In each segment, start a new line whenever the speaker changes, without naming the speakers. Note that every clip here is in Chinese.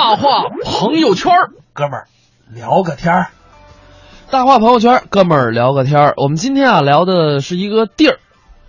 大话朋友圈儿，
哥们儿聊个天儿。
大话朋友圈儿，哥们儿聊个天儿。我们今天啊聊的是一个地儿，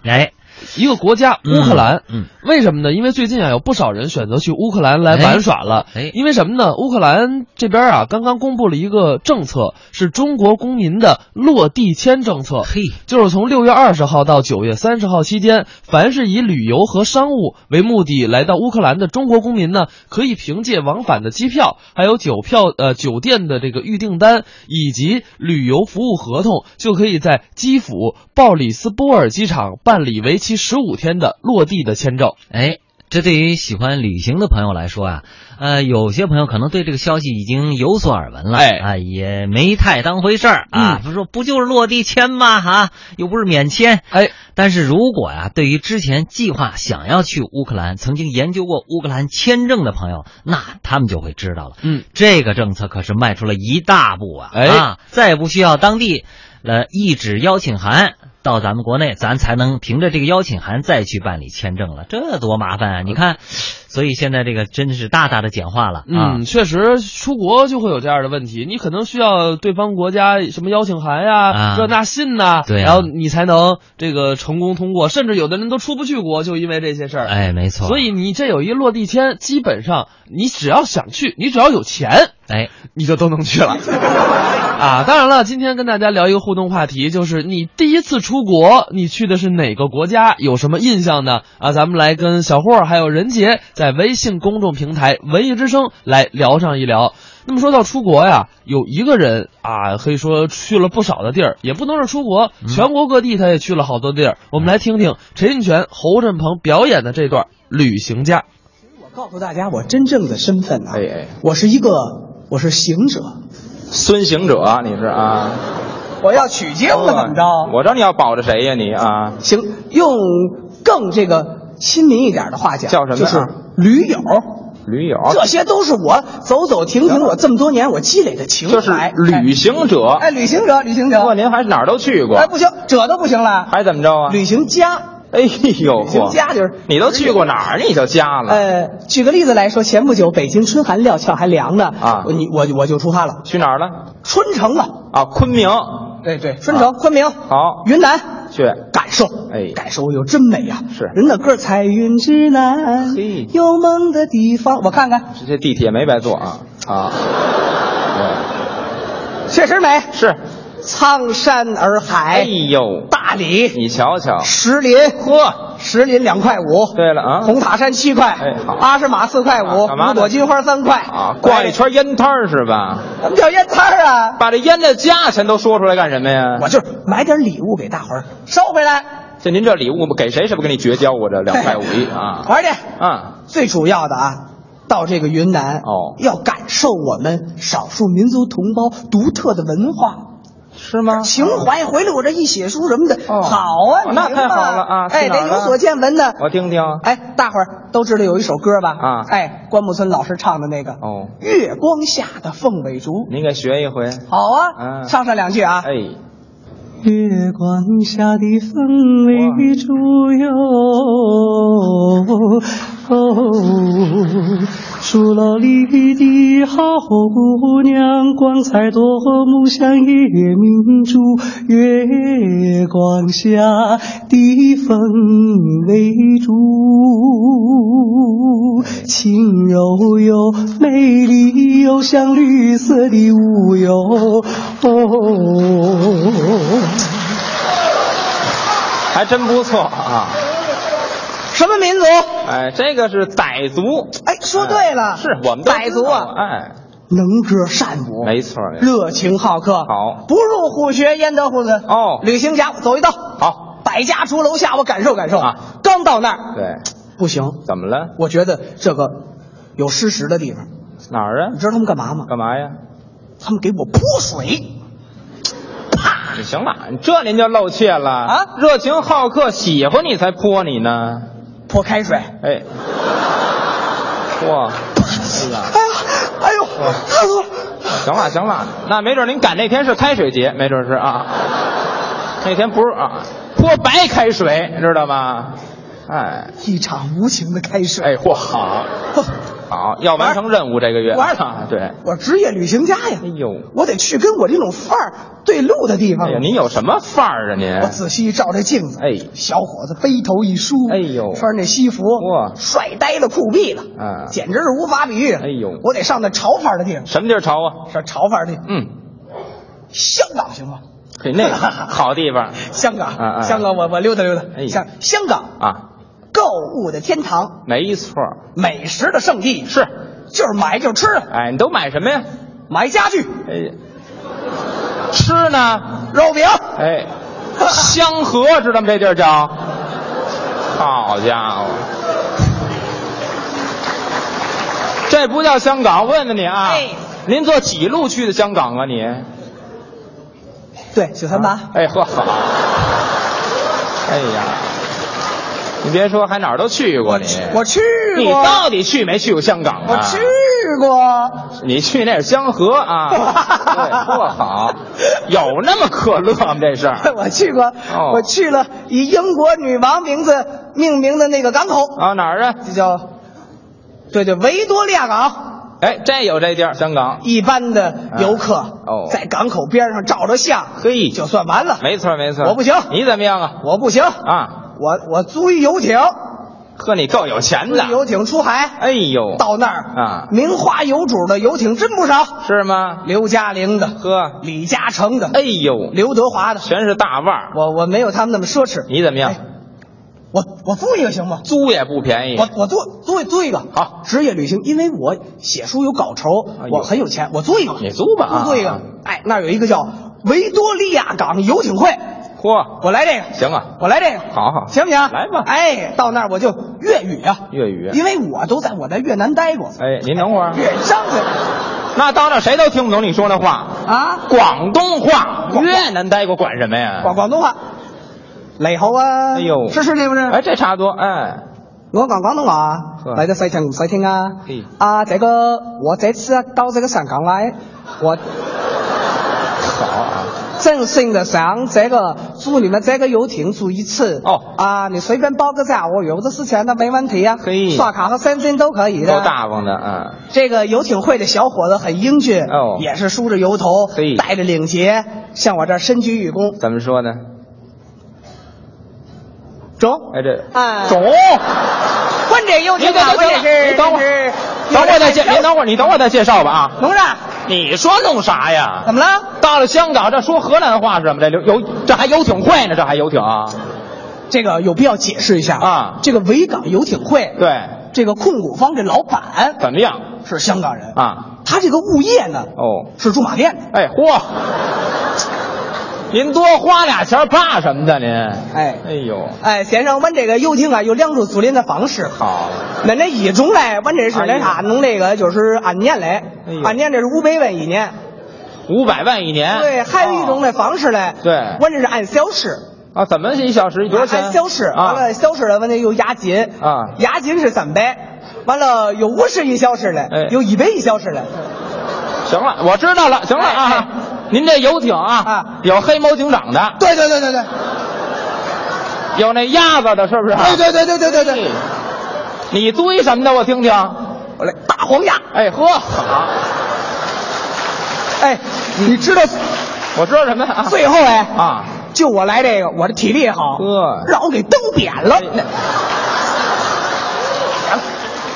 哎，
一个国家，乌克兰。
嗯，
为什么呢？因为最近啊有不少人选择去乌克兰来玩耍了。
哎
因为什么呢？乌克兰这边啊刚刚公布了一个政策，是中国公民的落地签政策。
嘿，
就是从六月二十号到九月三十号期间，凡是以旅游和商务为目的来到乌克兰的中国公民呢，可以凭借往返的机票，还有酒票呃酒店的这个预订单以及旅游服务合同，就可以在基辅鲍里斯波尔机场办理为期十五天的落地的签证。
哎，这对于喜欢旅行的朋友来说啊，呃，有些朋友可能对这个消息已经有所耳闻了，
哎
啊，也没太当回事儿
嗯
啊。他、说不就是落地签吗？哈、又不是免签。
哎，
但是如果呀、对于之前计划想要去乌克兰、曾经研究过乌克兰签证的朋友，那他们就会知道了，
嗯，
这个政策可是迈出了一大步啊！
哎
啊，再也不需要当地呃一纸邀请函到咱们国内，咱才能凭着这个邀请函再去办理签证了，这多麻
嗯
烦啊！你看，所以现在这个真是大大的简化了啊！
嗯，确实，出国就会有这样的问题，你可能需要对方国家什么邀请函呀、
啊
这那信呐、
对啊
然后你才能这个成功通过，甚至有的人都出不去国，就因为这些事儿。
哎，没错，
所以你这有一落地签，基本上你只要想去，你只要有钱，
哎，
你就都能去了。啊，当然了，今天跟大家聊一个互动话题，就是你第一次出国，你去的是哪个国家？有什么印象呢？啊，咱们来跟小霍儿还有任杰在微信公众平台“文艺之声”来聊上一聊。那么说到出国呀，有一个人啊，可以说去了不少的地儿，也不能是出国，全国各地他也去了好多地儿。我们来听听陈印泉、侯振鹏表演的这段《旅行家》。
我告诉大家我真正的身份啊，
哎哎
我是一个我是行者，
孙行者，你是啊？
我要取经了，怎么着？
哦我知道你要保着谁呀、你啊？
行，用更这个亲民一点的话讲，
叫什么呀哦
就是驴友，
驴友，
这些都是我走走停停，我这么多年我积累的情怀。
就是旅行者。
哎，旅行者，旅行者
不，过您还是哪儿都去过
哎，，不行，者都不行了，
还怎么着啊？
旅行家，
哎呦，
旅行家就是
嚯你都去过哪儿？你就家了？
呃，举个例子来说，前不久北京春寒料峭还凉呢，
啊
我你我我就出发了，
去哪儿了？
春城了，
啊，昆明。
对对，春城、昆明，
好，
云南，
去。
感受，
啊哎
感受有真美呀、
是
人的歌儿，彩云之南
嘿，
有梦的地方。我看看，
这地铁没白坐啊啊！
确实美，
是。
苍山洱海，
哎呦，
大理、
你瞧瞧，
石林，呵，石林两块五，
对了啊
红塔山七块，
哎好
阿诗玛四块五，
啊干嘛呢
五朵金花三块，
啊，逛一圈烟摊儿是吧？
哎，什么叫烟摊儿啊？
把这烟的价钱都说出来干什么呀？
我就是买点礼物给大伙儿收回来，
这您这礼物给谁是不是跟你绝交？我这两块五 一啊！
玩儿去。
啊，
最主要的啊，到这个云南
哦
要感受我们少数民族同胞独特的文化
是吗
情怀。回来我这一写书什么的，
哦
好啊，
哦那
你明白
太好了啊
哎，
去哪儿
得
了
有所见闻呢。
我听听。
哎，大伙儿都知道有一首歌吧？
啊
哎，关牧村老师唱的那个
哦
月光下的凤尾竹》。
您给学一回。
好啊，
嗯
唱上两句啊。
哎，
月光下的凤尾竹哟，哦，树篓里的好姑娘，光彩夺目像夜明珠。月光下的凤尾竹，轻柔又美丽又像绿色的雾哟。哦
还真不错啊！
什么民族？
哎，这个是傣族。
哎，说对了，
哎是我们都
傣族
知道
啊，
哎，
能歌善舞，
没错。
热情好客，
好
不入虎穴焉得虎子？
哦
旅行家走一道，
好
百家出楼下，我感受感受
啊。
刚到那儿，
对，
不行，
怎么了？
我觉得这个有失实的地方。
哪儿啊
你？知道他们干嘛吗？
干嘛呀？
他们给我泼水，
你行了，你这您就露怯了
啊
热情好客，喜欢你才泼你呢。
泼开水。
哎，哇！哎呀，
哎呀，哎呦，烫死我了！
行了行了，那没准您赶那天是开水节，没准是啊，那天不是啊，泼白开水，知道吗？哎哎
一场无情的开水。
哎，嚯好，
呵
好，要完成任务这个月。
我
啊对，哎
我职业旅行家呀，
呦，
我得去跟我这种范儿对路的地方
哎。呀，您有什么范儿啊您？
我仔细照这镜子，
哎
小伙子背头一梳，
哎呦
穿着西服，
哇
帅呆了，酷毙了，
啊
简直是无法比喻。
哎呦
我得上那潮范儿的地方，
什么地儿潮啊？
上潮范儿的地方，
嗯，
香港行吗？
嘿，那个好地 方
香港，
啊啊
香港，我我溜达溜达，
哎
香香港，
啊，
购物的天堂，
没错儿。
美食的圣地，
是，
就是买就吃，
哎，你都买什么呀？
买家具，
哎，吃呢？
肉饼，
哎，香河知道吗？这地儿叫。好家伙，这不叫香港。问问你啊，
哎
您坐几路去的香港啊？你？
对，九三八，
哎呵，好。哎呀，你别说，还哪儿都去过你。啊
我去过，
你到底去没去过香港啊？
我去
啊
过。
你去那是香 河啊，对，多好，有那么可乐吗？这是
我去过，
哦
我去了以英国女王名字命名的那个港口，
啊哪儿啊？
这叫，对对，维多利亚港。
哎，这有这地儿，香港，
一般的游客
啊哦
在港口边上照着相，
嘿
就算完了。
没错没错。
我不行
你怎么样啊？
我不行，
啊，
我我租一游艇，
呵，你够有钱
租
的
一。游艇出海，
哎呦，
到那儿
啊
名花有主的游艇真不少，
是吗？
刘嘉玲的、
呵，
李嘉诚的、
哎呦，
刘德华的，
全是大腕儿。
我我没有他们那么奢侈。
你怎么样？
哎我我租一个行吗？
租也不便宜。
我我租租租一个
嗯
啊
好
职业旅行，因为我写书有稿酬
哎，呦
我很有钱，我租一个，
你租吧啊
租一
啊
个。哎，那儿有一个叫维多利亚港游艇会，
嚯，
我来这个，
行啊，
我来这个，
好好
行不行？
来吧
哎，到那儿我就粤语啊，
粤语
因为我都在我在越南待过，
哎，您等会儿，
越张嘴
那到那儿谁都听不懂你说那话，
啊，
广东话，
广
越南待过管什么呀？
广广东话，雷猴啊，
哎呦
是是这不是？
哎，这差不多，哎。
我講廣東話
呵，
你都細聽唔使聽啊
嘿！
啊，這個我這次啊到這個香港來，我
好啊，
真心的想這個住你們這個遊艇住一次。
哦
啊，你隨便報個價，我有的是錢的，沒問題啊。
嘿
刷卡和现金都可以的。
够大方的啊！
这个游艇会的小伙子很英俊，
哦
也是梳着油头
嘿，
戴着领结，向我这儿深鞠一躬。
怎么说呢？
中，
哎，这
啊
总，
关这游艇
您等
啊，
等
我也是，
您等会儿，等会儿再介，您等会儿，你等会儿再介绍吧啊！
农长，
你说弄啥呀？
怎么了？
到了香港，这说河南话是什么？这游游这还游艇会呢？这还游艇啊？
这个有必要解释一下
啊
这个维港游艇会，
对，
这个控股方这老板
怎么样
是香港人，
啊？
他这个物业呢
哦，
是驻马店的，
哎嚯，您多花俩钱儿怕什么的您？
哎
哎呦，
哎，先生，我们这个游艇啊有两种租赁的方式，
好，
那那一种嘞，我这是那啥，弄这个就是按年嘞
哎呦，
按年这是五百万一年，
五百万一年。
对，还有一种嘞方式嘞，
哦对
我这是按小时。
啊？怎么一小时多少钱？
按小时，
啊
完了小时了，完了有押金
啊
押金是三百，完了有五十一小时
哎
嘞，有一百一小时嘞，
行了，我知道了，行了
哎
啊
哎！
您这游艇啊，
啊
有黑猫警长的，
对对对对对。
啊有那鸭子的，是不是？
哎对对对对对对
哎
对，
你租一什么的，我听听。
我来大黄鸭。
哎呵，好，
哎，你知道
我知道什么呀？
最后哎，
啊，
就我来这个，我这体力也好
呵，哎
让我给蹬扁了。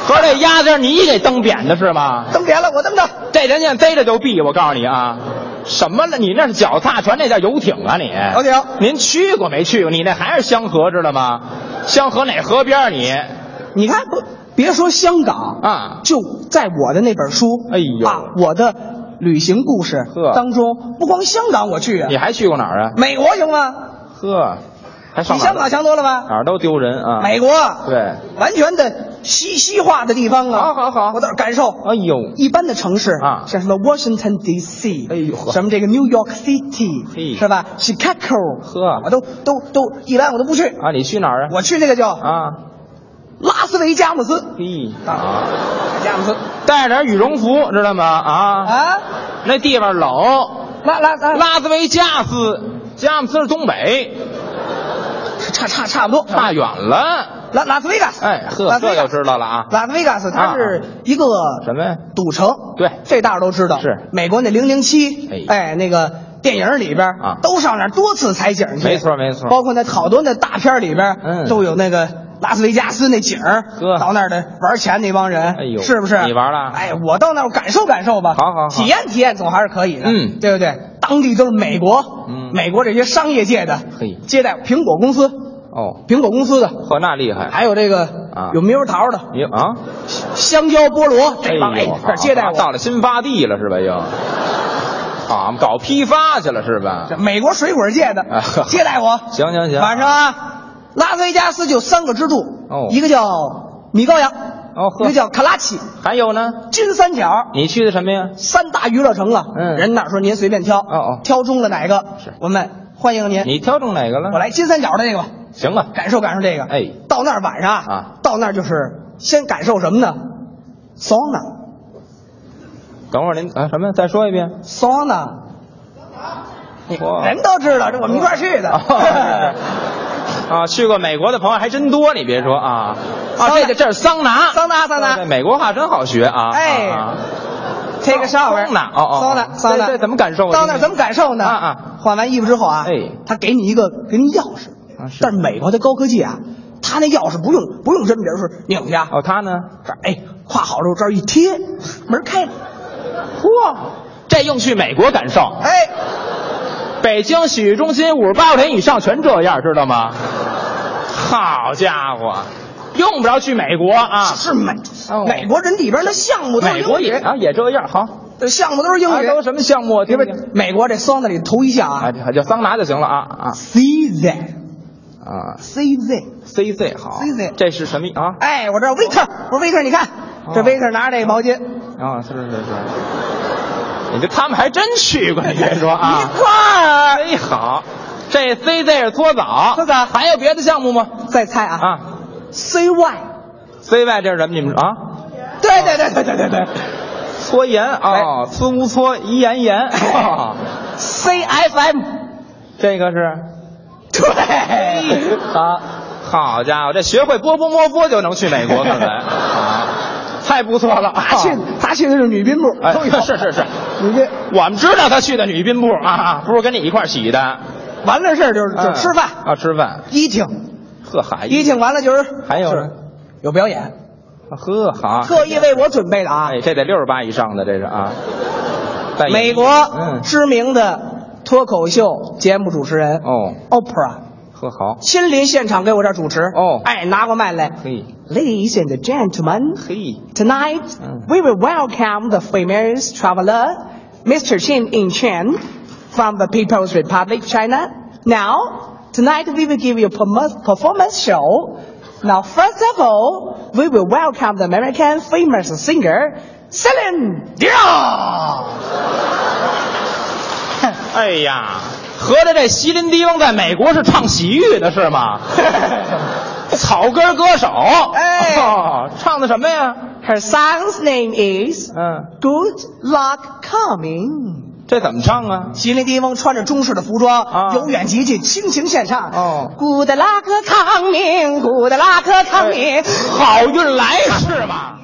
合着这鸭子是你给蹬扁的是吗？
蹬扁了，我这么着，
这人家逮着就毙，我告诉你啊！什么了？你那是脚踏船，那叫游艇啊你！
游艇
您去过没去过？你那还是香河，知道吗？香河哪河边儿你？
你看不？别说香港
啊
就在我的那本书，
哎呦
啊，我的旅行故事
呵
当中，不光香港我去啊
你，还去过哪儿啊？
美国行吗？
呵，还上
比
哪儿
香港强多了
哪
吧？
儿都丢人啊！
美国
对，哎
完全的西西化的地方啊，
好好好
我倒是感受。
哎呦，
一般的城市
啊
像什么 Washington D.C.，
哎呦呵
什么这个 New York
嘿
City，是吧？Chicago，
呵
我都都都一般我都不去，
啊，你去哪儿啊？
我去那个叫
啊，
拉斯维加姆斯，
嘿，
啊加姆斯
带着点羽绒服，知道吗？啊，
啊，
那地方冷。
拉拉拉
拉斯维加
嗯
斯，加姆斯是东北，
差差差不多，
差远了。
拉拉斯维加斯，
哎呵
嗯拉斯维
这
加
就
斯
知道了啊
拉斯维加斯它是一个
什么呀
赌城，
对
这大伙儿都知道。
是
美国那零零七，
哎
哎，那个电影里边
啊
都上那儿多次采景去，
没错没错
包括那好多那大片里边，
嗯
都有那个拉斯维加斯那景儿
呵
到那儿的玩钱那帮人，
哎呦
是不是？
你玩了
哎，我到那儿感受感受吧，
好好好
体验体验总还是可以的，
嗯
对不对？当地都是美国，
嗯
美国这些商业界的
嘿
接待苹果公司，
哦，
苹果公司的，
呵，那厉害，
还有这个
啊
有猕猴桃的，
你啊，
香蕉、菠萝这帮哎
呦，
这儿接待
好
我。
到了新发地了是吧？又啊，搞批发去了是吧
这？ 美国水果界的
啊 呵
接待我。
行行行
晚上啊，拉斯维加斯就三个支柱，
哦
一个叫米高扬，
哦呵
一个叫卡拉奇，
还有呢？
金三角。
你去的什么呀？
三大娱乐城了，
嗯
人哪说您随便挑，
哦哦
挑中了哪个，
是
我们欢迎您。
你挑中哪个了？
我来金三角的那个吧，
行啊，
感受感受这个。
哎
到那儿晚上
啊
到那儿就是先感受什么呢？sauna
等会儿您啊什么？再说一遍。
sauna，
哇
人都知道，这我们一块儿去的。
哦 啊，去过美国的朋友还真多，你别说啊啊，
桑拿
这个这是桑拿，
桑拿桑拿
对美国话真好学啊！
哎
啊啊
take a shower，
桑拿哦哦
桑拿，
哦
桑拿，
这这怎么感受啊
到那儿怎么感受呢？
啊啊
换完衣服之后啊，
哎
他给你一个给你钥匙
啊是，
但是美国的高科技啊，他那钥匙不用不用真，比如说拧去啊，
哦，他呢？
这儿哎挎好之后这儿一贴，门开了，
嚯，这用去美国感受，
哎，
北京洗浴中心五十八块钱以上全这样，知道吗？好家伙，用不着去美国啊！
是美
哦
美国人里边的项目都是
美国
英
也
语，
啊也这样，好，
对项目都是英
啊
语，
都什么项目啊？
里
听
边
听
美国这桑拿里头一项
啊，
啊
就就桑拿就行了啊啊
，CZ
啊
CZ。
！CZ 好
CZ
这是什么啊？
哎，我这 waiter，我说 waiter，你看这
哦
waiter 拿着这个毛巾，
啊，是是是。你这他们还真去过，你别说 啊
一。块儿
哎，好，这 CZ 是搓澡，
搓澡
还有别的项目吗？
再猜啊
啊
，CY，
，CY 这是什么？你们啊？
对对对对对对对
搓盐啊，搓乌搓一盐盐。 哦
，CFM，
这个 是
对，
啊，好家伙，这学会波波摸波就能去美国， 看来啊，太不错了。
他去他去的是女宾部，
哦哎
都有，
是是是，
女宾。
我们知道他去的女宾部啊，不是跟你一块儿洗的。
完了事儿就是就
嗯
是吃饭，
啊，吃饭。
一听
呵，海
一听完了就是
还有
是
呢
有表演，
呵好，
特意为我准备的啊，
哎，这得六十八以上的，这是啊。在
美国
嗯，
知名的脱口秀节目主持人
哦
，Oprah
呵好，
亲临现场给我这儿主持
哦
哎，拿过麦来
嘿
，Ladies and gentlemen。
嘿，
Tonight,
Mm.
we will welcome the famous traveler, Mr. Qin In Chen, from the People's Republic China. Now, tonight we will give you a permo- performance show. Now, first of all, we will welcome the American famous singer, Celine Dion.
哎呀，合着这席琳迪翁在美国是唱洗浴的是 吗？草根歌手，
哎
哦，唱的什么呀？
Her song's name is
嗯，
Good Luck Coming.
这怎么唱啊？
吉林地方穿着中式的服装，
啊
由远及近，倾情献唱。
哦
古德拉克康宁，古德拉克康宁。
好运来是吗？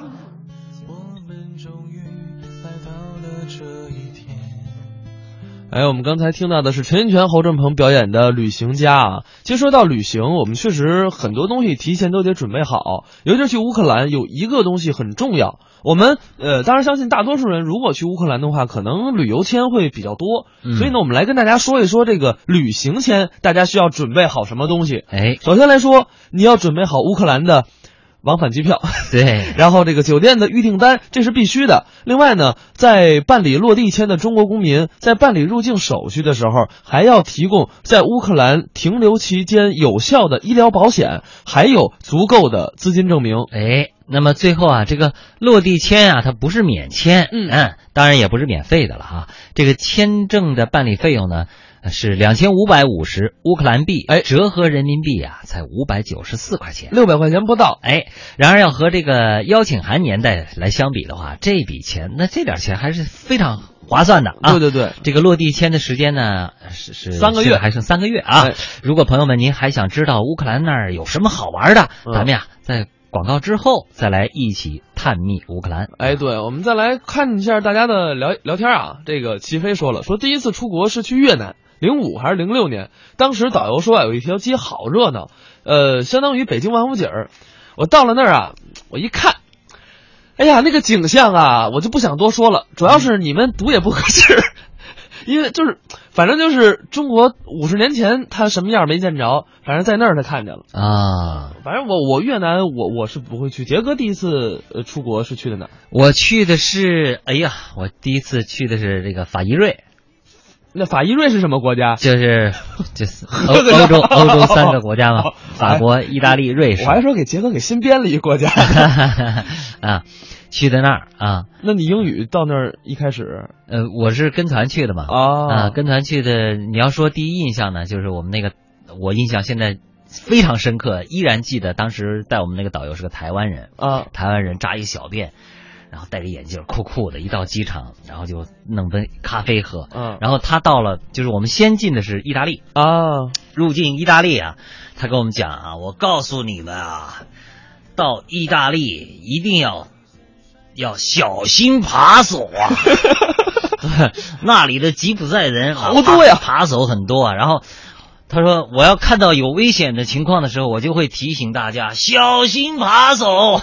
哎，我们刚才听到的是陈印泉、侯振鹏表演的《旅行家》啊。其实说到旅行，我们确实很多东西提前都得准备好，尤其是去乌克兰，有一个东西很重要。我们呃，当然相信大多数人如果去乌克兰的话，可能旅游签会比较多，
嗯
所以呢，我们来跟大家说一说这个旅行签，大家需要准备好什么东西。
哎，
首先来说，你要准备好乌克兰的往返机票。
对，
然后这个酒店的预订单这是必须的。另外呢，在办理落地签的中国公民，在办理入境手续的时候，还要提供在乌克兰停留期间有效的医疗保险，还有足够的资金证明。
哎，那么最后啊，这个落地签啊，它不是免签，
嗯
当然也不是免费的了哈、这个签证的办理费用呢，呃是两千五百五十乌克兰币，
哎
折合人民币啊，才五百九十四块钱。
六百块钱不到。
哎，然而要和这个邀请函年代来相比的话，这笔钱那这点钱还是非常划算的啊！
对对对，
这个落地签的时间呢是是
三个月
是还剩三个月啊
哎！
如果朋友们您还想知道乌克兰那儿有什么好玩的，
嗯
咱们呀在广告之后再来一起探秘乌克兰。
哎，对，我们再来看一下大家的聊聊天啊。这个齐飞说了，说第一次出国是去越南，零五还是零六年？当时导游说啊，有一条街好热闹，呃，相当于北京万湖井儿。我到了那儿啊，我一看，哎呀，那个景象啊，我就不想多说了。主要是你们读也不合适， 因为就是，反正就是中国五十年前他什么样没见着，反正在那儿他看见了。
啊，
反正我我越南我我是不会去。杰哥第一次呃出国是去的哪儿？
我去的是，哎呀，我第一次去的是这个法伊瑞，
那法伊瑞是什么国家？
就是 就是欧欧洲欧 洲三个国家嘛，法国、意大利、瑞士
我。还说给杰哥给新编了一国家。
啊，去的那儿啊，
那你英语到那儿一开始
呃，我是跟团去的嘛，啊，
啊，
跟团去的。你要说第一印象呢，就是我们那个，我印象现在非常深刻，依然记得当时带我们那个导游是个台湾人，
啊，
台湾人扎一小辫，然后戴着眼镜，酷酷的，一到机场，然后就弄杯咖啡喝。
嗯
然后他到了，就是我们先进的是意大利，
啊，
入境意大利啊，他跟我们讲啊，我告诉你们啊，到意大利一定要要小心扒手啊。 那里的吉普赛人啊
好多呀
扒手很多啊。然后他说，我要看到有危险的情况的时候，我就会提醒大家小心扒 手。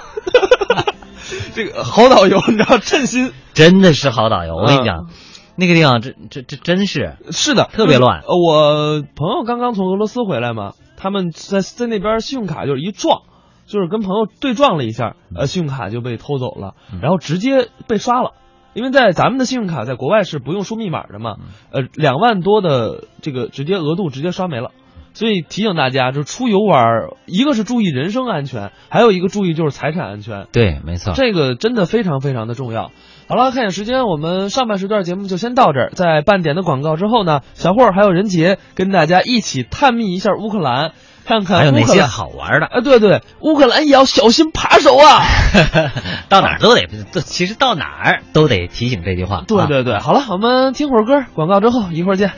这个好导游，你知道振兴
真的是好导游，我跟你
嗯
讲，那个地方这这这真是
是的，
特别乱
呃我朋友刚刚从俄罗斯回来嘛，他们在在那边信用卡就是一撞，就是跟朋友对撞了一下，呃，
嗯
信用卡就被偷走了，然后直接被刷了。因为在咱们的信用卡在国外是不用输密码的嘛，
嗯
呃，两万多的这个直接额度直接刷没了，所以提醒大家，就是出游玩儿，一个是注意人身安全，还有一个注意就是财产安全。
对，没错
这个真的非常非常的重要。好了，看一眼时间，我们上半时段节目就先到这儿。在半点的广告之后呢，小霍儿还有任杰跟大家一起探秘一下乌克兰，看看
还有
乌
哪
克
些
兰。
好玩的？
啊，对对，乌克兰也要小心扒手啊！
到哪儿都得，都其实到哪儿都得提醒这句话。
对
啊
对对，好了，我们听会儿歌，广告之后一会儿见。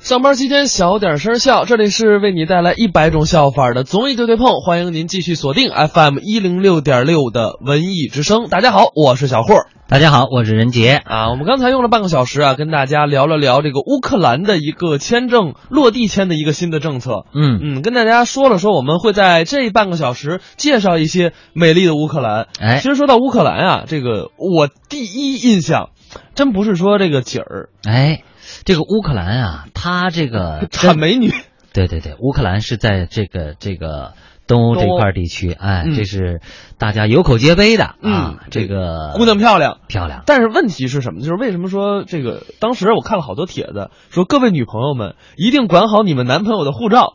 上班期间小点声笑，这里是为你带来一百种笑法的综艺对对碰，欢迎您继续锁定 FM 一零六点六的文艺之声。大家好，我是小霍儿。
大家好，我是任杰。
啊，我们刚才用了半个小时啊，跟大家聊了聊这个乌克兰的一个签证落地签的一个新的政策。
嗯，
嗯，跟大家说了说，我们会在这半个小时介绍一些美丽的乌克兰。
哎
其实说到乌克兰啊，这个我第一印象，真不是说这个景儿，
哎，这个乌克兰啊，它这个
产美女，
对对对，乌克兰是在这个这个东欧这块地区，哎，
嗯
这是大家有口皆碑的、
嗯
啊，这个
姑娘漂亮。
漂亮，
但是问题是什么？就是为什么说这个？当时我看了好多帖子，说各位女朋友们一定管好你们男朋友的护照。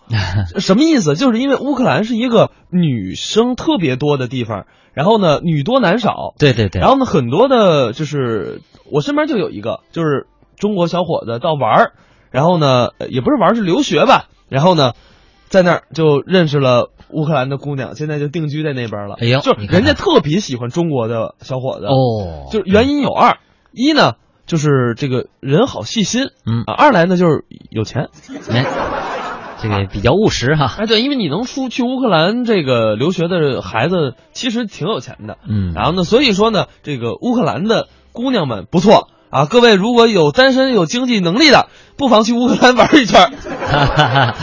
什么意思？就是因为乌克兰是一个女生特别多的地方，然后呢女多男少，
对对对，
然后呢很多的就是我身边就有一个，就是中国小伙子到玩儿，然后呢呃也不是玩儿是留学吧，然后呢在那儿就认识了乌克兰的姑娘，现在就定居在那边了。
哎呦
就是
你看
人
看
家特别喜欢中国的小伙子
哦，
就是原因有二，一呢就是这个人好细心，
嗯
啊，二来呢就是有钱。
哎这个比较务实哈，
哎，对，因为你能出去乌克兰这个留学的孩子其实挺有钱的，
嗯，
然后呢，所以说呢，这个乌克兰的姑娘们不错。啊，各位如果有单身有经济能力的，不妨去乌克兰玩一圈儿。
哈哈哈，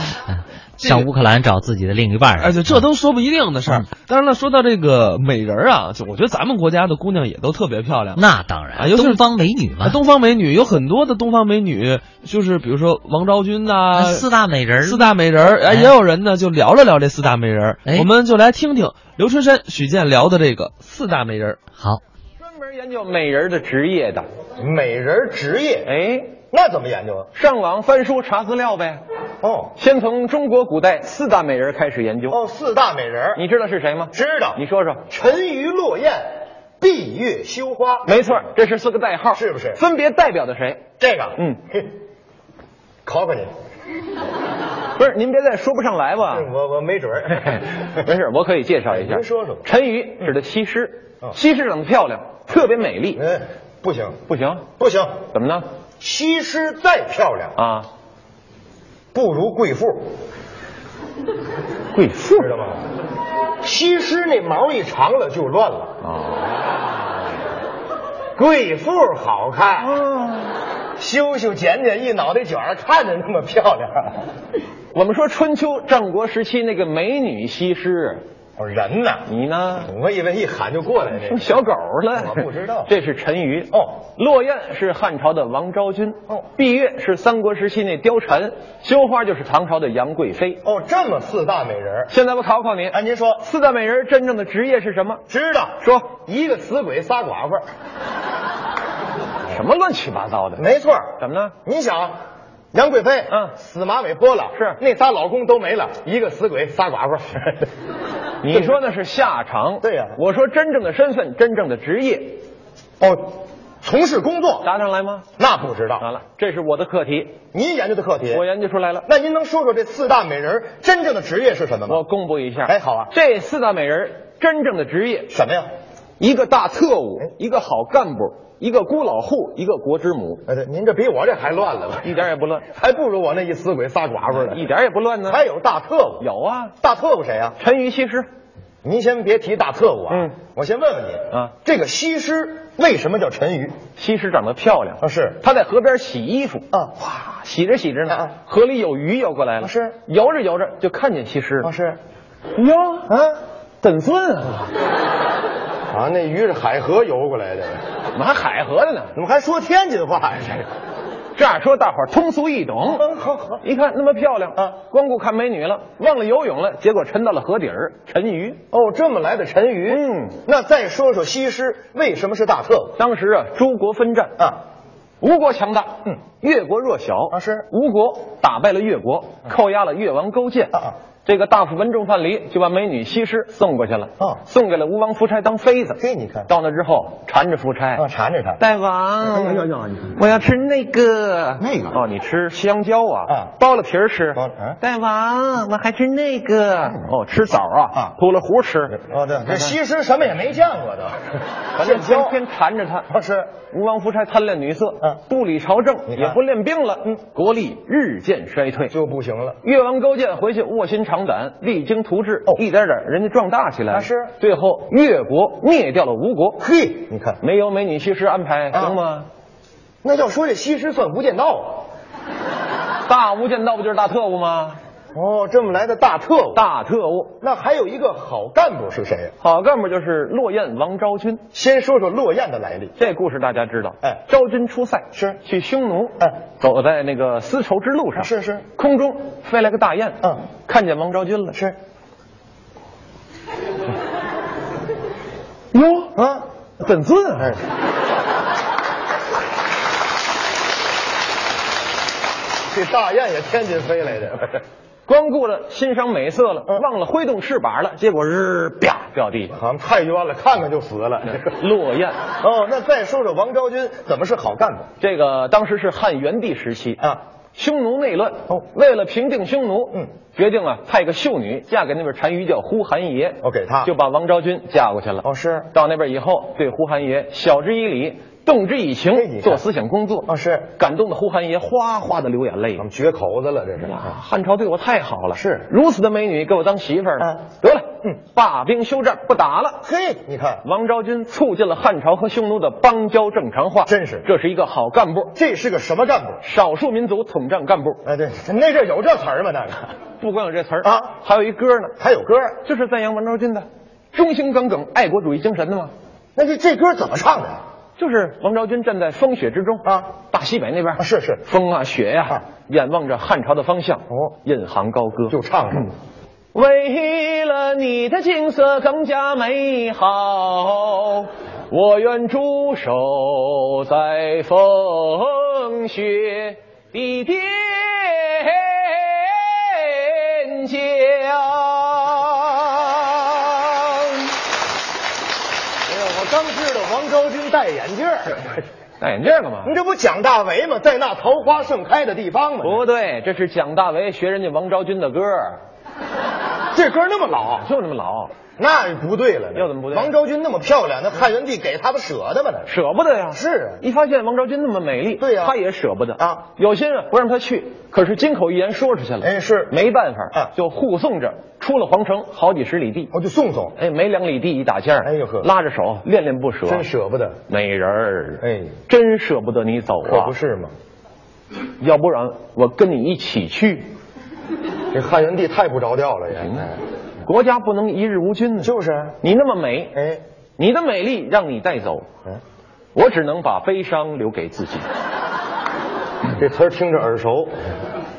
上乌克兰找自己的另一半儿，啊
而且哎这都说不一定的事儿。
嗯
当然了，说到这个美人儿啊，就我觉得咱们国家的姑娘也都特别漂亮。
那当
啊
然，
尤其是
东方美女嘛
啊，，东方美女有很多的东方美女，就是比如说王昭君呐、
啊四大美人儿，
呃四大美人儿，哎，
哎
也有人呢就聊了聊这四大美人儿。
哎
我们就来听听刘春山、许健聊的这个四大美人儿。
好，
专门研究美人的职业的。
美人职业，
哎，
那怎么研究啊？
上网翻书查资料呗。
哦
先从中国古代四大美人开始研究。
哦，四大美人儿，
你知道是谁吗？
知道？
你说说。
沉鱼落雁，闭月羞花，
没错，这是四个代号，
是不是
分别代表的谁？
这个，
嗯
嘿，考考你，
不是，您别再说不上来吧？
我我没准儿。
没事，我可以介绍一下。
您说说
沉鱼指的西施
嗯，
西施长得漂亮，特别美丽。
嗯，不行，
不行，
不行，
怎么呢？
西施再漂亮，
啊，
不如贵妇，
贵妇
知道吗？西施那毛一长了就乱了，
啊，
贵妇好看，
哦
修修剪剪一脑袋卷儿，看着那么漂 亮。
我们说春秋战国时期那个美女西施，
我说哦人呢？
你呢？
我以为一喊就过来那个
小狗了，
我不知道
这是沉鱼
哦。
落雁是汉朝的王昭君
哦
闭月是三国时期那貂蝉，羞花就是唐朝的杨贵妃。
哦，这么四大美人儿，
现在我考考你，
哎，您说
四大美人真正的职业是什么？
知道？
说
一个死鬼仨寡妇，
什么乱七八糟的？
没错儿。
怎么了？
你想，杨贵妃，
嗯
死马尾坡了，
是
那仨老公都没了，一个死鬼，仨寡妇。
你说那是下场，
对呀
我说真正的身份，真正的职业，
哦，从事工作
答上来吗？
那不知
完
道，
了，这是我的课题，
您研究的课题。
嗯我研究出来了。
那您能说说这四大美人儿真正的职业是什么
我
吗？
公布一下，
哎好啊
这四大美人真正的职业，
什么呀？
一个大特务
哎，
一个好干部，一个孤老户，一个国之母，
哎，对，您这比我这还乱了吧？
一点也不乱，
还不如我那一死鬼仨寡妇呢。
一点也不乱呢。
还有大特务，
有啊，
大特务谁呀、
沉鱼西施，
您先别提大特务啊，
嗯，
我先问问你
啊，
这个西施为什么叫沉鱼？
西施长得漂亮，
啊是
她在河边洗衣服，
啊
哇，洗着洗着
啊
呢，河里有鱼游过来了，
啊是
游着游着就看见西施了，
啊是，
哟
啊
怎算啊？
啊，那鱼是海河游过来的，
怎么还海河的呢？
怎么还说天津话呀？这个。
这样说大伙儿通俗易懂。
嗯好好
一看那么漂亮
啊，
光顾看美女了，忘了游泳了，结果沉到了河底儿，沉鱼。
哦，这么来的沉鱼。
嗯，
那再说说西施为什么是大特务
当时啊，诸国分战，
啊？
吴国强大，嗯，越国弱小
啊是嗯
吴国打败了越国，扣押了越王勾践
啊啊
这个大夫文仲范蠡就把美女西施送过去了，
啊
送给了吴王夫差当妃子。
嘿你看
到那之后缠着夫差，
啊，缠着他。
大王，
哎呦呦呦你
我要吃那个
那个
哦，你吃香蕉啊，
啊
剥了皮儿吃。
剥了啊嗯
大王，我还吃那个哦，吃枣啊，
啊
秃了胡吃。
哦，对，这西施什么也没见过都，
反正天天缠着他。
啊是
吴王夫差贪恋女色，
嗯
不理朝政，
你看
也不练兵了，嗯，国力日渐衰退。
就不行了。
越王勾践回去卧薪尝胆，励精图治，
哦
一点点人家壮大起来了。
啊是
最后越国灭掉了吴国，
嘿，你看，
没有美女西施安排
啊
行吗？
那要说这西施算无间道啊。
大无间道不就是大特务吗？
哦，这么来的大特务。
大特务，
那还有一个好干部是谁呀？
好干部就是落雁王昭君。
先说说落雁的来历。
这故事大家知道，
哎
昭君出塞
是
去匈奴，
哎，
走在那个丝绸之路上，
是是，
空中飞来个大雁，
嗯，
看见王昭君了，
是
哟，
啊，
怎尊啊？
哎，这大雁也天津飞来的。
光顾了欣赏美色了，
嗯
忘了挥动翅膀了，结果是啪掉地 下。
好像太冤了，看看就死了。
落雁，
哦，那再说说王昭君怎么是好干部？
这个当时是汉元帝时期
啊，
匈奴内乱，
哦
为了平定匈奴，
嗯，
决定啊派个秀女嫁给那边单于叫呼韩邪，
哦给他
就把王昭君嫁过去了。
哦是
到那边以后，对呼韩邪晓之以理，动之以
哎你
情，
看
做思想工作。
哦是
感动的呼韩邪哗哗的流眼泪
我。们绝口子了，这是。啊
哇，汉朝对我太好了，
是
如此的美女给我当媳妇儿，
嗯
得了，
嗯，
罢兵休战，不打了。
嘿，你看，
王昭君促进了汉朝和匈奴的邦交正常化，
真是
这是一个好干部，
这是个什么干部？
少数民族统战干部。
哎，对，那阵儿有这词儿吗？那个
不光有这词儿
啊
还有一歌呢，
还有歌儿，
就是赞扬王昭君的，忠心耿耿、爱国主义精神的嘛。
那这这歌怎么唱的呀？
就是王昭君站在风雪之中
啊，
大西北那边
啊是是
风啊雪呀、
啊
眼望着汉朝的方向，
哦
引吭高歌，
就唱上了。
为了你的景色更加美好，我愿驻守在风雪的边疆。
哎呀，我刚知道王昭君戴眼镜儿。
戴眼镜干嘛？
你这不蒋大为吗？在那桃花盛开的地方吗？
不对，这是蒋大为学人家王昭君的歌，
这歌那么老，
就那么老，
那不对了呢。
又怎么不对
王昭君那么漂亮，那汉元帝给她不舍得吗？那
舍不得呀。
是啊
一发现王昭君那么美丽，
对呀
他也舍不得
啊
有心人不让她去，可是金口玉言说出去了，
哎是
没办法，
啊
就护送着出了皇城好几十里地，
我就送送，
哎，没两里地一打尖儿
哎呦呵
拉着手恋恋不舍，
真舍不得，
美人儿，
哎
真舍不得你走啊，
可不是吗？
要不然我跟你一起去，
这汉元帝太不着调了也，
嗯
哎
国家不能一日无君呢。
就是，啊
你那么美，
哎，
你的美丽让你带走，
嗯，
我只能把悲伤留给自己。
这词儿听着耳熟，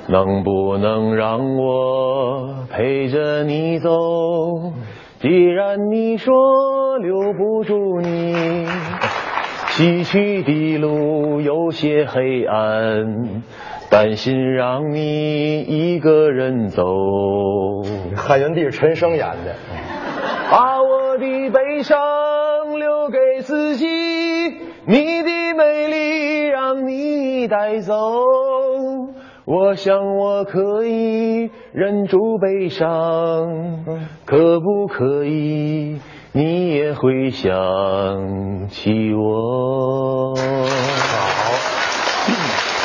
能不能让我陪着你走？既然你说留不住你，崎岖的路有些黑暗，担心让你一个人走。
汉元帝是陈升演的，啊
把我的悲伤留给自己，你的美丽让你带走。我想我可以忍住悲伤，可不可以你也会想起我？
好，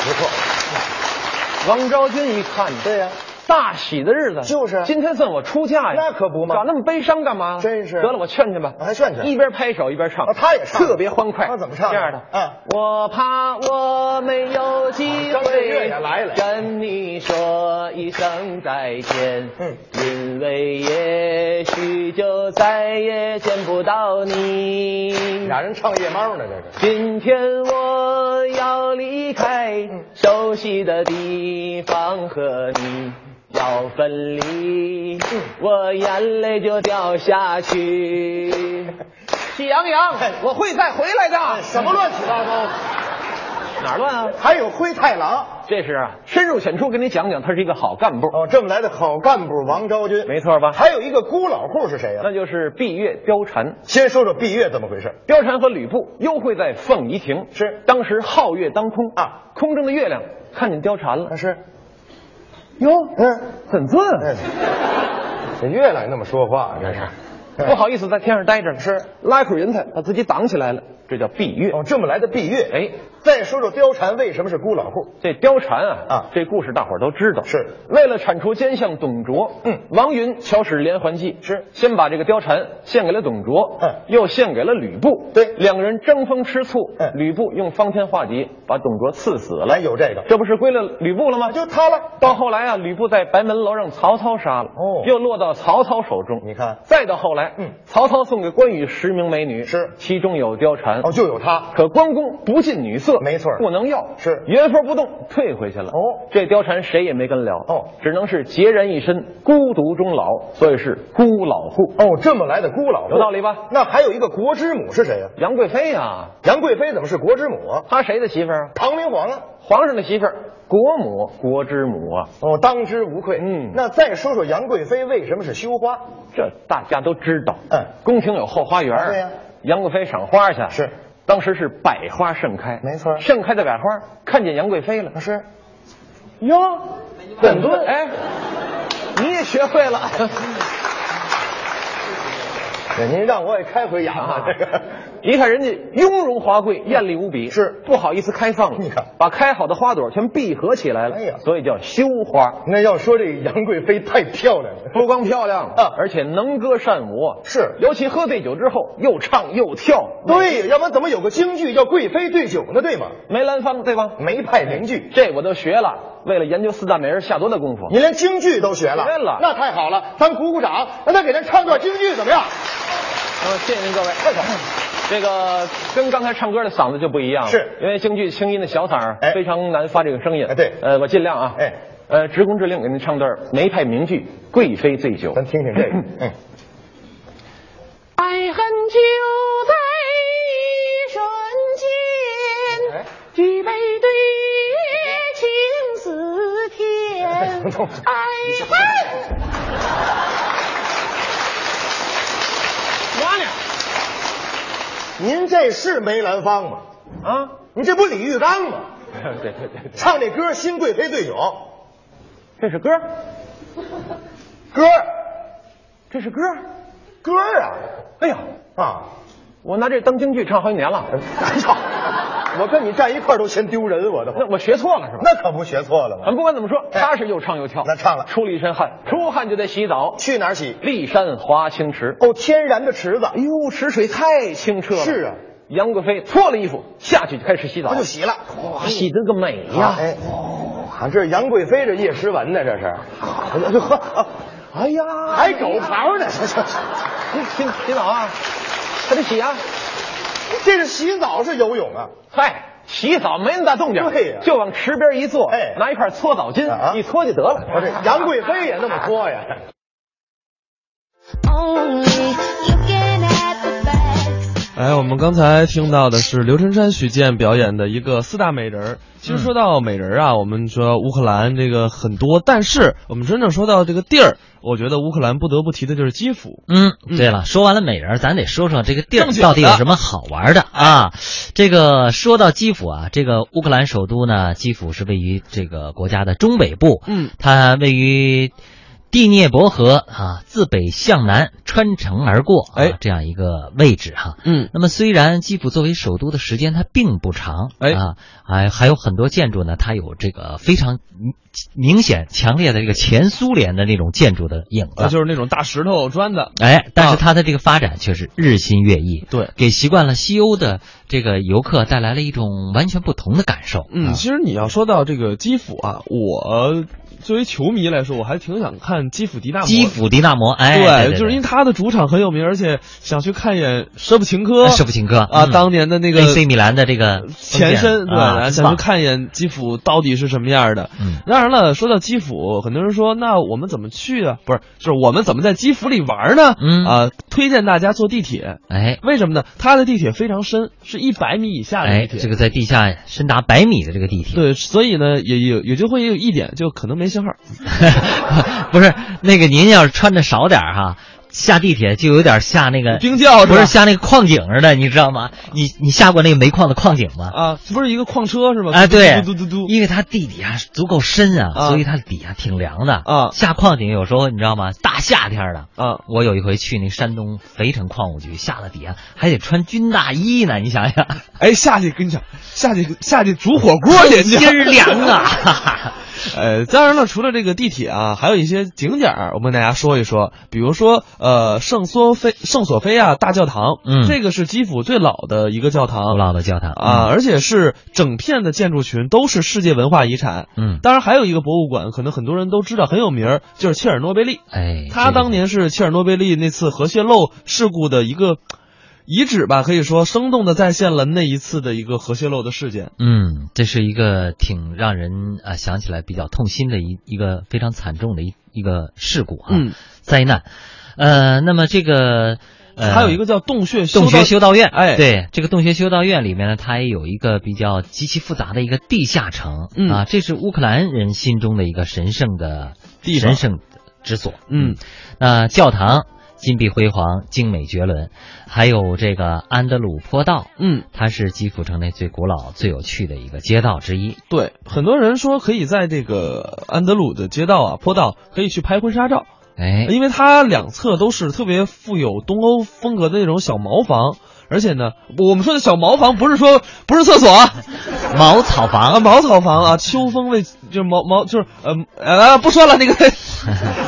不错，
王昭君一看，
对呀、
大喜的日子
就是
今天算我出嫁呀，
那可不嘛
搞那么悲伤干嘛？
真是
得了，我劝劝吧，
还劝劝
一边拍手一边唱
啊，他也唱
特别欢快。
他怎么唱的
这样的？
嗯，
我怕我没有机
张震岳
会
也来了
跟你说一声再见，
嗯
因为也许就再也见不到你。
俩人唱夜猫呢，这是。
今天我要离开熟悉的地方，和你要分离，我眼泪就掉下去。喜羊羊，我会再回来的。
什么乱七八糟？
哪儿乱啊？
还有灰太狼
这是啊，深入浅出给你讲讲，他是一个好干部，
哦，这么来的好干部王昭君，
没错吧
还有一个孤老户是谁呀、
那就是闭月貂蝉。
先说说闭月怎么回事？
貂蝉和吕布幽会在凤仪亭，
是
当时皓月当空
啊，
空中的月亮看见貂蝉了
那，是，
啊哟，
嗯，
很俊啊。
哎这月亮也那么说话，这是哎
不好意思，在天上待着了，
是
拉口云彩把自己挡起来了，这叫闭月。
哦，这么来的闭月。
哎，
再说说貂蝉为什么是孤老户？
这貂蝉啊，
啊
这故事大伙儿都知道，
是
为了铲除奸相董卓，
嗯
王允巧使连环计，
是
先把这个貂蝉献给了董卓，
嗯
又献给了吕布，
对
两个人争风吃醋，
嗯
吕布用方天画戟把董卓刺死了，
来有这个，
这不是归了吕布了吗？
就他了。
到后来啊，吕布在白门楼让曹操杀了，
哦
又落到曹操手中。
你看
再到后来，
嗯
曹操送给关羽十名美女，
是
其中有貂蝉。
哦，就有他。
可关公不近女色，
没错
不能要，
是
原封不动退回去了。
哦
这貂蝉谁也没跟了，
哦
只能是孑然一身，孤独终老，所以是孤老户。
哦，这么来的孤老户
有道理啊吧
那还有一个国之母是谁呀、
杨贵妃啊，
杨贵妃怎么是国之母啊？
她谁的媳妇儿啊？
唐明皇啊。
皇上的媳妇儿，国母，国之母啊，
哦，当之无愧。
嗯
那再说说杨贵妃为什么是羞花？
这大家都知道。
嗯
宫廷有后花园儿，
啊对呀
杨贵妃赏花去
是。
当时是百花盛开，
没错
盛开的百花看见杨贵妃了，
是，
哟，
本尊
哎，你也学会 了。
对您让我也开回衙
啊
门这个。
一看人家雍容华贵、艳丽无比，
嗯是
不好意思开放了
你看
把开好的花朵全闭合起来了，
哎呀
所以叫羞花。
那要说这杨贵妃太漂亮了，
不光漂亮
啊
而且能歌善舞，啊
是
尤其喝醉酒之后又唱又跳。
对，要不然怎么有个京剧叫《贵妃对酒》呢？对吗？
梅兰芳对吧？
梅派名剧，
这我都学了，为了研究四大美人下多大功夫。
您连京剧都学了，
学了
那太好了，咱们鼓鼓掌，让他给咱唱段京剧怎么样？
嗯，谢谢您各位。这个跟刚才唱歌的嗓子就不一样了，
是
因为京剧清音的小嗓儿
哎
非常难发这个声音。
哎对
呃，我尽量啊。
哎，
呃，职工之令给您唱段梅派名剧《贵妃醉酒》。
咱听听这个，嗯，
爱恨就在一瞬
哎
间，举杯对月情似 天。爱恨。
哎您这是梅兰芳吗？
啊，
你这不李玉刚吗？
对对对对，
唱那歌《新贵妃对酒》，
这是歌，
歌
这是歌。
歌啊！
哎呀，
啊，
我拿这当京剧唱好几年了。
哎呀， 我跟你站一块儿都嫌丢人，我都
那我学错了是吧？
那可不学错了
反正
吗？
不管怎么说，他是又唱又跳。
哎那唱了
出了一身汗，出汗就得洗澡。
去哪儿洗？
骊山华清池，
哦，天然的池子，
哎呦，池水太清澈了。
是啊，
杨贵妃脱了衣服下去就开始洗澡
我，就洗了。
哇，哦洗得个美呀！
哎，哇，这是杨贵妃这叶诗文呢，这是。 哎呀，哎还狗刨呢，这这，
洗洗洗澡啊，还得洗啊！
这是洗澡是游泳啊？
嗨，洗澡没那么大动静，
对呀
就往池边一坐，
哎
拿一块搓澡巾
啊
一搓就得了。
我这杨贵妃也那么搓 呀？
Only looking Oh, at the facts.
哎，我们刚才听到的是刘春山、许健表演的一个四大美人儿。其实说到美人儿啊，我们说乌克兰这个很多，但是我们真正说到这个地儿，我觉得乌克兰不得不提的就是基辅。
嗯，对了，说完了美人儿，咱得说说这个地儿
正经的
到底有什么好玩的啊？这个说到基辅啊，这个乌克兰首都呢，基辅是位于这个国家的中北部，
嗯，
它位于第聂伯河啊，自北向南穿城而过，啊
哎
这样一个位置哈、
嗯，
那么虽然基辅作为首都的时间它并不长，
哎
啊，还还有很多建筑呢，它有这个非常明明显强烈的这个前苏联的那种建筑的影子
啊，，就是那种大石头砖的。
哎，但是它的这个发展却是日新月异，
啊对，
给习惯了西欧的这个游客带来了一种完全不同的感受。
嗯，
啊
其实你要说到这个基辅啊，我作为球迷来说，我还挺想看基辅迪纳摩。
啊基辅迪纳摩，哎，对
对，就是因为
为
他的主场很有名，而且想去看一眼舍甫琴科。
舍甫琴科
啊，
嗯
当年的那个
AC 米兰的这个
前身，
封建
对，
啊
想去
棒
看一眼基辅到底是什么样的。
嗯
当然了，说到基辅，很多人说，那我们怎么去啊？不是，是我们怎么在基辅里玩呢？
嗯
啊，推荐大家坐地铁。
哎
为什么呢？它的地铁非常深，是一百米以下的
哎，
地铁。
这个在地下深达百米的这个地铁，
对，所以呢，也有也就会有一点，就可能没信号。
不是那个您要是穿的少点儿哈，下地铁就有点下那个
冰窖是吧
不是下那个矿井似的，你知道吗？你你下过那个煤矿的矿井吗？
啊，这不是一个矿车是吗？
哎，对，
嘟嘟嘟嘟嘟。
因为它地底下足够深啊，
啊
所以它底下挺凉的
啊
下矿井有时候你知道吗？大夏天的
啊，
我有一回去那山东肥城矿务局，下了底下还得穿军大衣呢，你 想想，
哎，下去跟你讲，下去下去煮火 锅去，
筋儿凉啊！ 哈哈
呃，当然了，除了这个地铁啊，还有一些景点儿，我们跟大家说一说。比如说，呃，圣索菲圣索菲亚大教堂，
嗯
这个是基辅最老的一个教
古
堂
老的教堂
啊，，而且是整片的建筑群都是世界文化遗产。
嗯，
当然，还有一个博物馆，可能很多人都知道，很有名儿，就是切尔诺贝利。
哎，
他
这个
当年是切尔诺贝利那次核泄漏事故的一个遗址吧，可以说生动的再现了那一次的一个核泄漏的事件。
嗯，这是一个挺让人啊想起来比较痛心的一一个非常惨重的一一个事故啊，
嗯
灾难。呃，那么这个呃，
还有一个叫洞穴修
洞穴
道
修道院，
哎
对，这个洞穴修道院里面呢，它也有一个比较极其复杂的一个地下城、
嗯
啊，这是乌克兰人心中的一个神圣的
地方
神圣之所。
嗯，
那教堂金碧辉煌，精美绝伦，还有这个安德鲁坡道，
嗯，
它是基辅城内最古老、最有趣的一个街道之一。
对，很多人说可以在这个安德鲁的街道啊、坡道可以去拍婚纱照，
哎，
因为它两侧都是特别富有东欧风格的那种小茅房。而且呢，我们说的小茅房不是说不是厕所啊，
茅草
啊，
房，
茅草房啊，秋风未就是茅茅就是呃呃不说了， 那个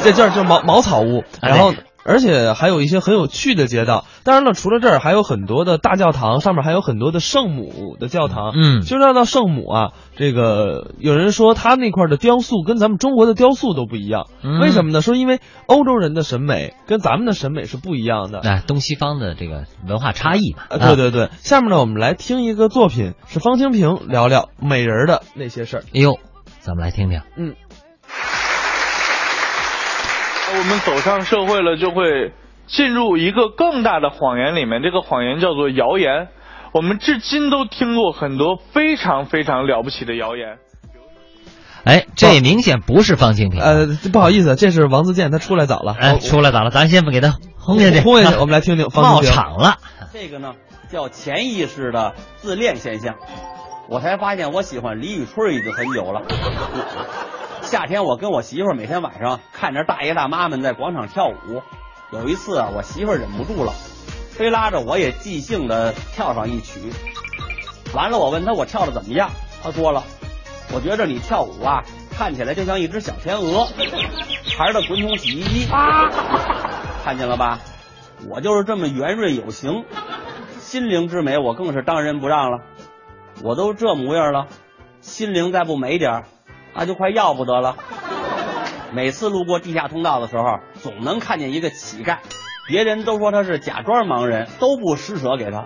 这这儿就是茅茅草屋，
哎
然后。而且还有一些很有趣的街道，当然了，除了这儿还有很多的大教堂，上面还有很多的圣母的教堂。
嗯
其实说到圣母啊，这个有人说他那块的雕塑跟咱们中国的雕塑都不一样，
嗯
为什么呢？说因为欧洲人的审美跟咱们的审美是不一样的。
那、东西方的这个文化差异嘛。
啊，对。对对，下面呢，我们来听一个作品，是方清平聊聊美人儿的那些事儿。
哎呦，咱们来听听。
我们走上社会了，就会进入一个更大的谎言里面，这个谎言叫做谣言。我们至今都听过很多非常非常了不起的谣言。
哎，这也明显不是方清平。啊
呃，不好意思，这是王自健，他出来早了。
哎，出来早了，咱先不给他轰下去，
轰 下去我们来听听方清
冒
平
场了，
这个呢叫潜意识的自恋现象。我才发现我喜欢李宇春已经很久了。夏天我跟我媳妇儿每天晚上看着大爷大妈们在广场跳舞，有一次啊，我媳妇儿忍不住了，非拉着我也即兴的跳上一曲。完了，我问她我跳的怎么样，她说了，我觉着你跳舞啊，看起来就像一只小天鹅，缠着滚筒洗衣机。看见了吧？我就是这么圆润有型，心灵之美我更是当仁不让了。我都这模样了，心灵再不美点儿，那就快要不得了。每次路过地下通道的时候，总能看见一个乞丐，别人都说他是假装盲人，都不施舍给他，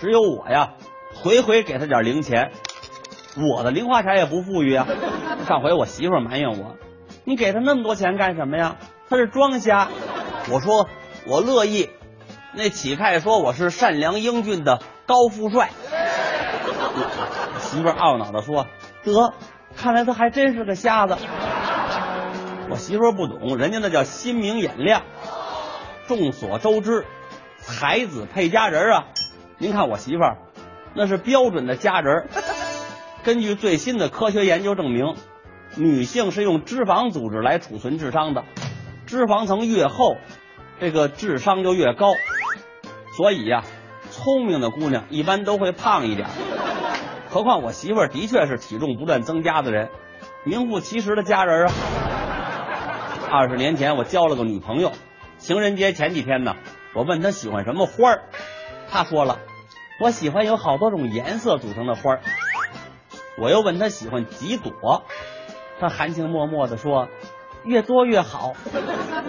只有我呀，回回给他点零钱。我的零花钱也不富裕啊。上回我媳妇儿埋怨我，你给他那么多钱干什么呀？他是庄家。我说我乐意。那乞丐说我是善良英俊的高富帅。我媳妇儿懊恼的说：“得，看来他还真是个瞎子。”我媳妇儿不懂，人家那叫心明眼亮。众所周知，才子配佳人啊。您看我媳妇儿，那是标准的佳人儿。根据最新的科学研究证明，女性是用脂肪组织来储存智商的，脂肪层越厚，这个智商就越高。所以呀、聪明的姑娘一般都会胖一点儿。何况我媳妇儿的确是体重不断增加的人，名副其实的佳人啊。二十年前我交了个女朋友，情人节前几天呢，我问她喜欢什么花儿，她说了，我喜欢有好多种颜色组成的花儿。我又问他喜欢几朵，他含情脉脉地说：“越多越好。”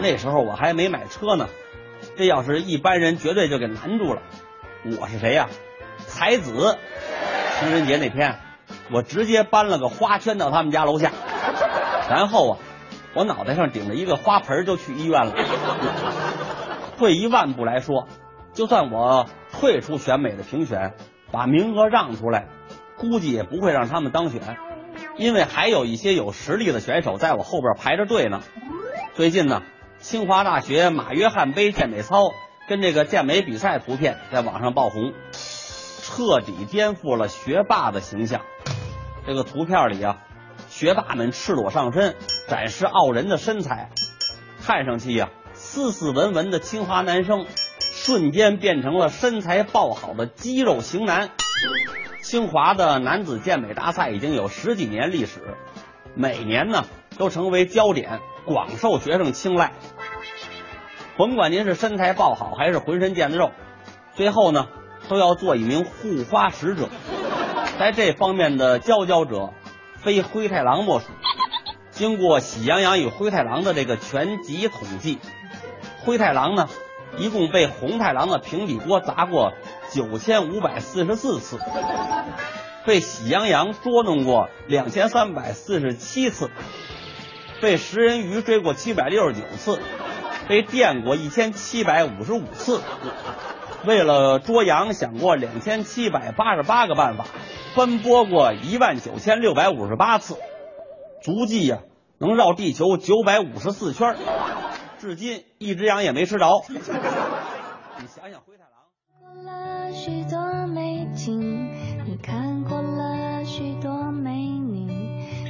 那时候我还没买车呢，这要是一般人绝对就给拦住了。我是谁呀、才子！情人节那天，我直接搬了个花圈到他们家楼下， 然后啊，我脑袋上顶着一个花盆儿就去医院了。退一万步来说，就算我退出选美的评选，把名额让出来，估计也不会让他们当选，因为还有一些有实力的选手在我后边排着队呢。最近呢，清华大学马约翰杯健美操跟这个健美比赛图片在网上爆红，彻底颠覆了学霸的形象。这个图片里啊，学霸们赤裸上身，展示傲人的身材，看上去呀、斯斯文文的清华男生，瞬间变成了身材爆好的肌肉型男。清华的男子健美大赛已经有十几年历史，每年呢都成为焦点，广受学生青睐。甭管您是身材爆好还是浑身腱子肉，最后呢都要做一名护花使者。在这方面的佼佼者，非灰太狼莫属。经过《喜羊羊与灰太狼》的这个全集统计，灰太狼呢，一共被红太狼的平底锅砸过九千五百四十四次，被喜羊羊捉弄过两千三百四十七次，被食人鱼追过七百六十九次，被电过一千七百五十五次，为了捉羊想过两千七百八十八个办法，奔波过一万九千六百五十八次。足迹呀、能绕地球九百五十四圈儿，至今一只羊也没吃着。 你想想，灰太狼。
了许多美景，你看过了许多美女，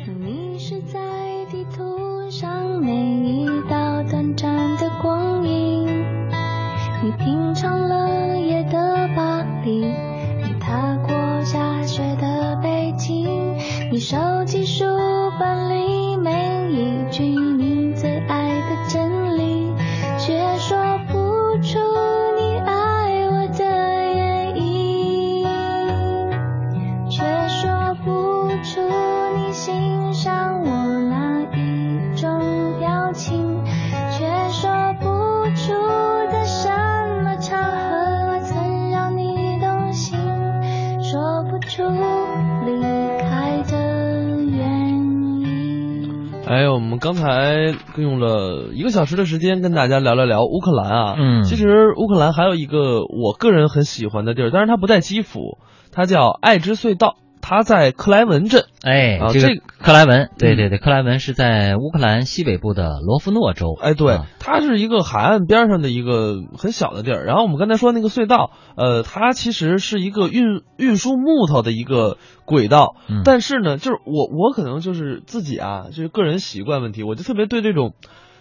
你迷失在地图上每一道短暂的光影。你品尝了夜的巴黎，你踏过下雪的北京，你收集书本里每一句你最爱的真理，却说不出你爱我的原因，却说不出你欣赏我哪一种表情，却说不出在什么场合我曾让你动心，说不出离开的原因。
哎，我们刚才用了一个小时的时间跟大家聊了聊乌克兰啊。嗯，其实乌克兰还有一个我个人很喜欢的地儿，但是它不在基辅，它叫爱之隧道。他在克莱文镇。
哎
啊，
这个
这
克莱文，对对对，克莱文是在乌克兰西北部的罗夫诺州。啊
哎，对，它是一个海岸边上的一个很小的地儿。然后我们刚才说那个隧道，呃，它其实是一个运运输木头的一个轨道。
嗯
但是呢，就是我我可能就是自己啊，就是个人习惯问题，我就特别对这种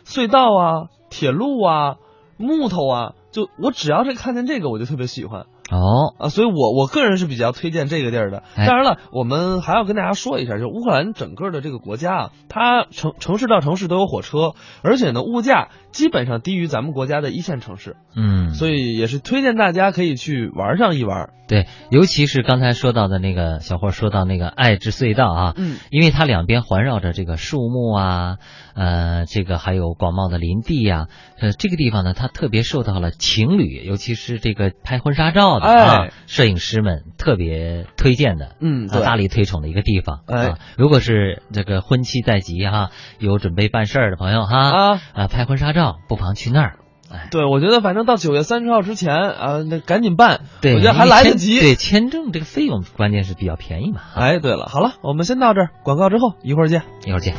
隧道啊、铁路啊、木头啊，就我只要是看见这个，我就特别喜欢。
哦，
啊，所以我我个人是比较推荐这个地儿的。
哎
当然了，我们还要跟大家说一下，就乌克兰整个的这个国家啊，它城城市到城市都有火车，而且呢，物价基本上低于咱们国家的一线城市，
嗯，
所以也是推荐大家可以去玩上一玩。
对，尤其是刚才说到的那个小霍说到那个爱之隧道啊，
嗯，
因为它两边环绕着这个树木啊，呃，这个还有广袤的林地呀、呃，这个地方呢，它特别受到了情侣，尤其是这个拍婚纱照的啊，
哎
摄影师们特别推荐的，
嗯
啊
对
大力推崇的一个地方。
哎
啊，如果是这个婚期在即哈、有准备办事儿的朋友哈，
啊
拍婚纱照不妨去那儿。
对，我觉得反正到九月三十号之前啊，那赶紧办，
对，
我觉得还
因为
来得
签
及。
对，签证这个费用关键是比较便宜嘛。
哎，对了，好了，我们先到这儿，广告之后一会儿见。
一会儿见。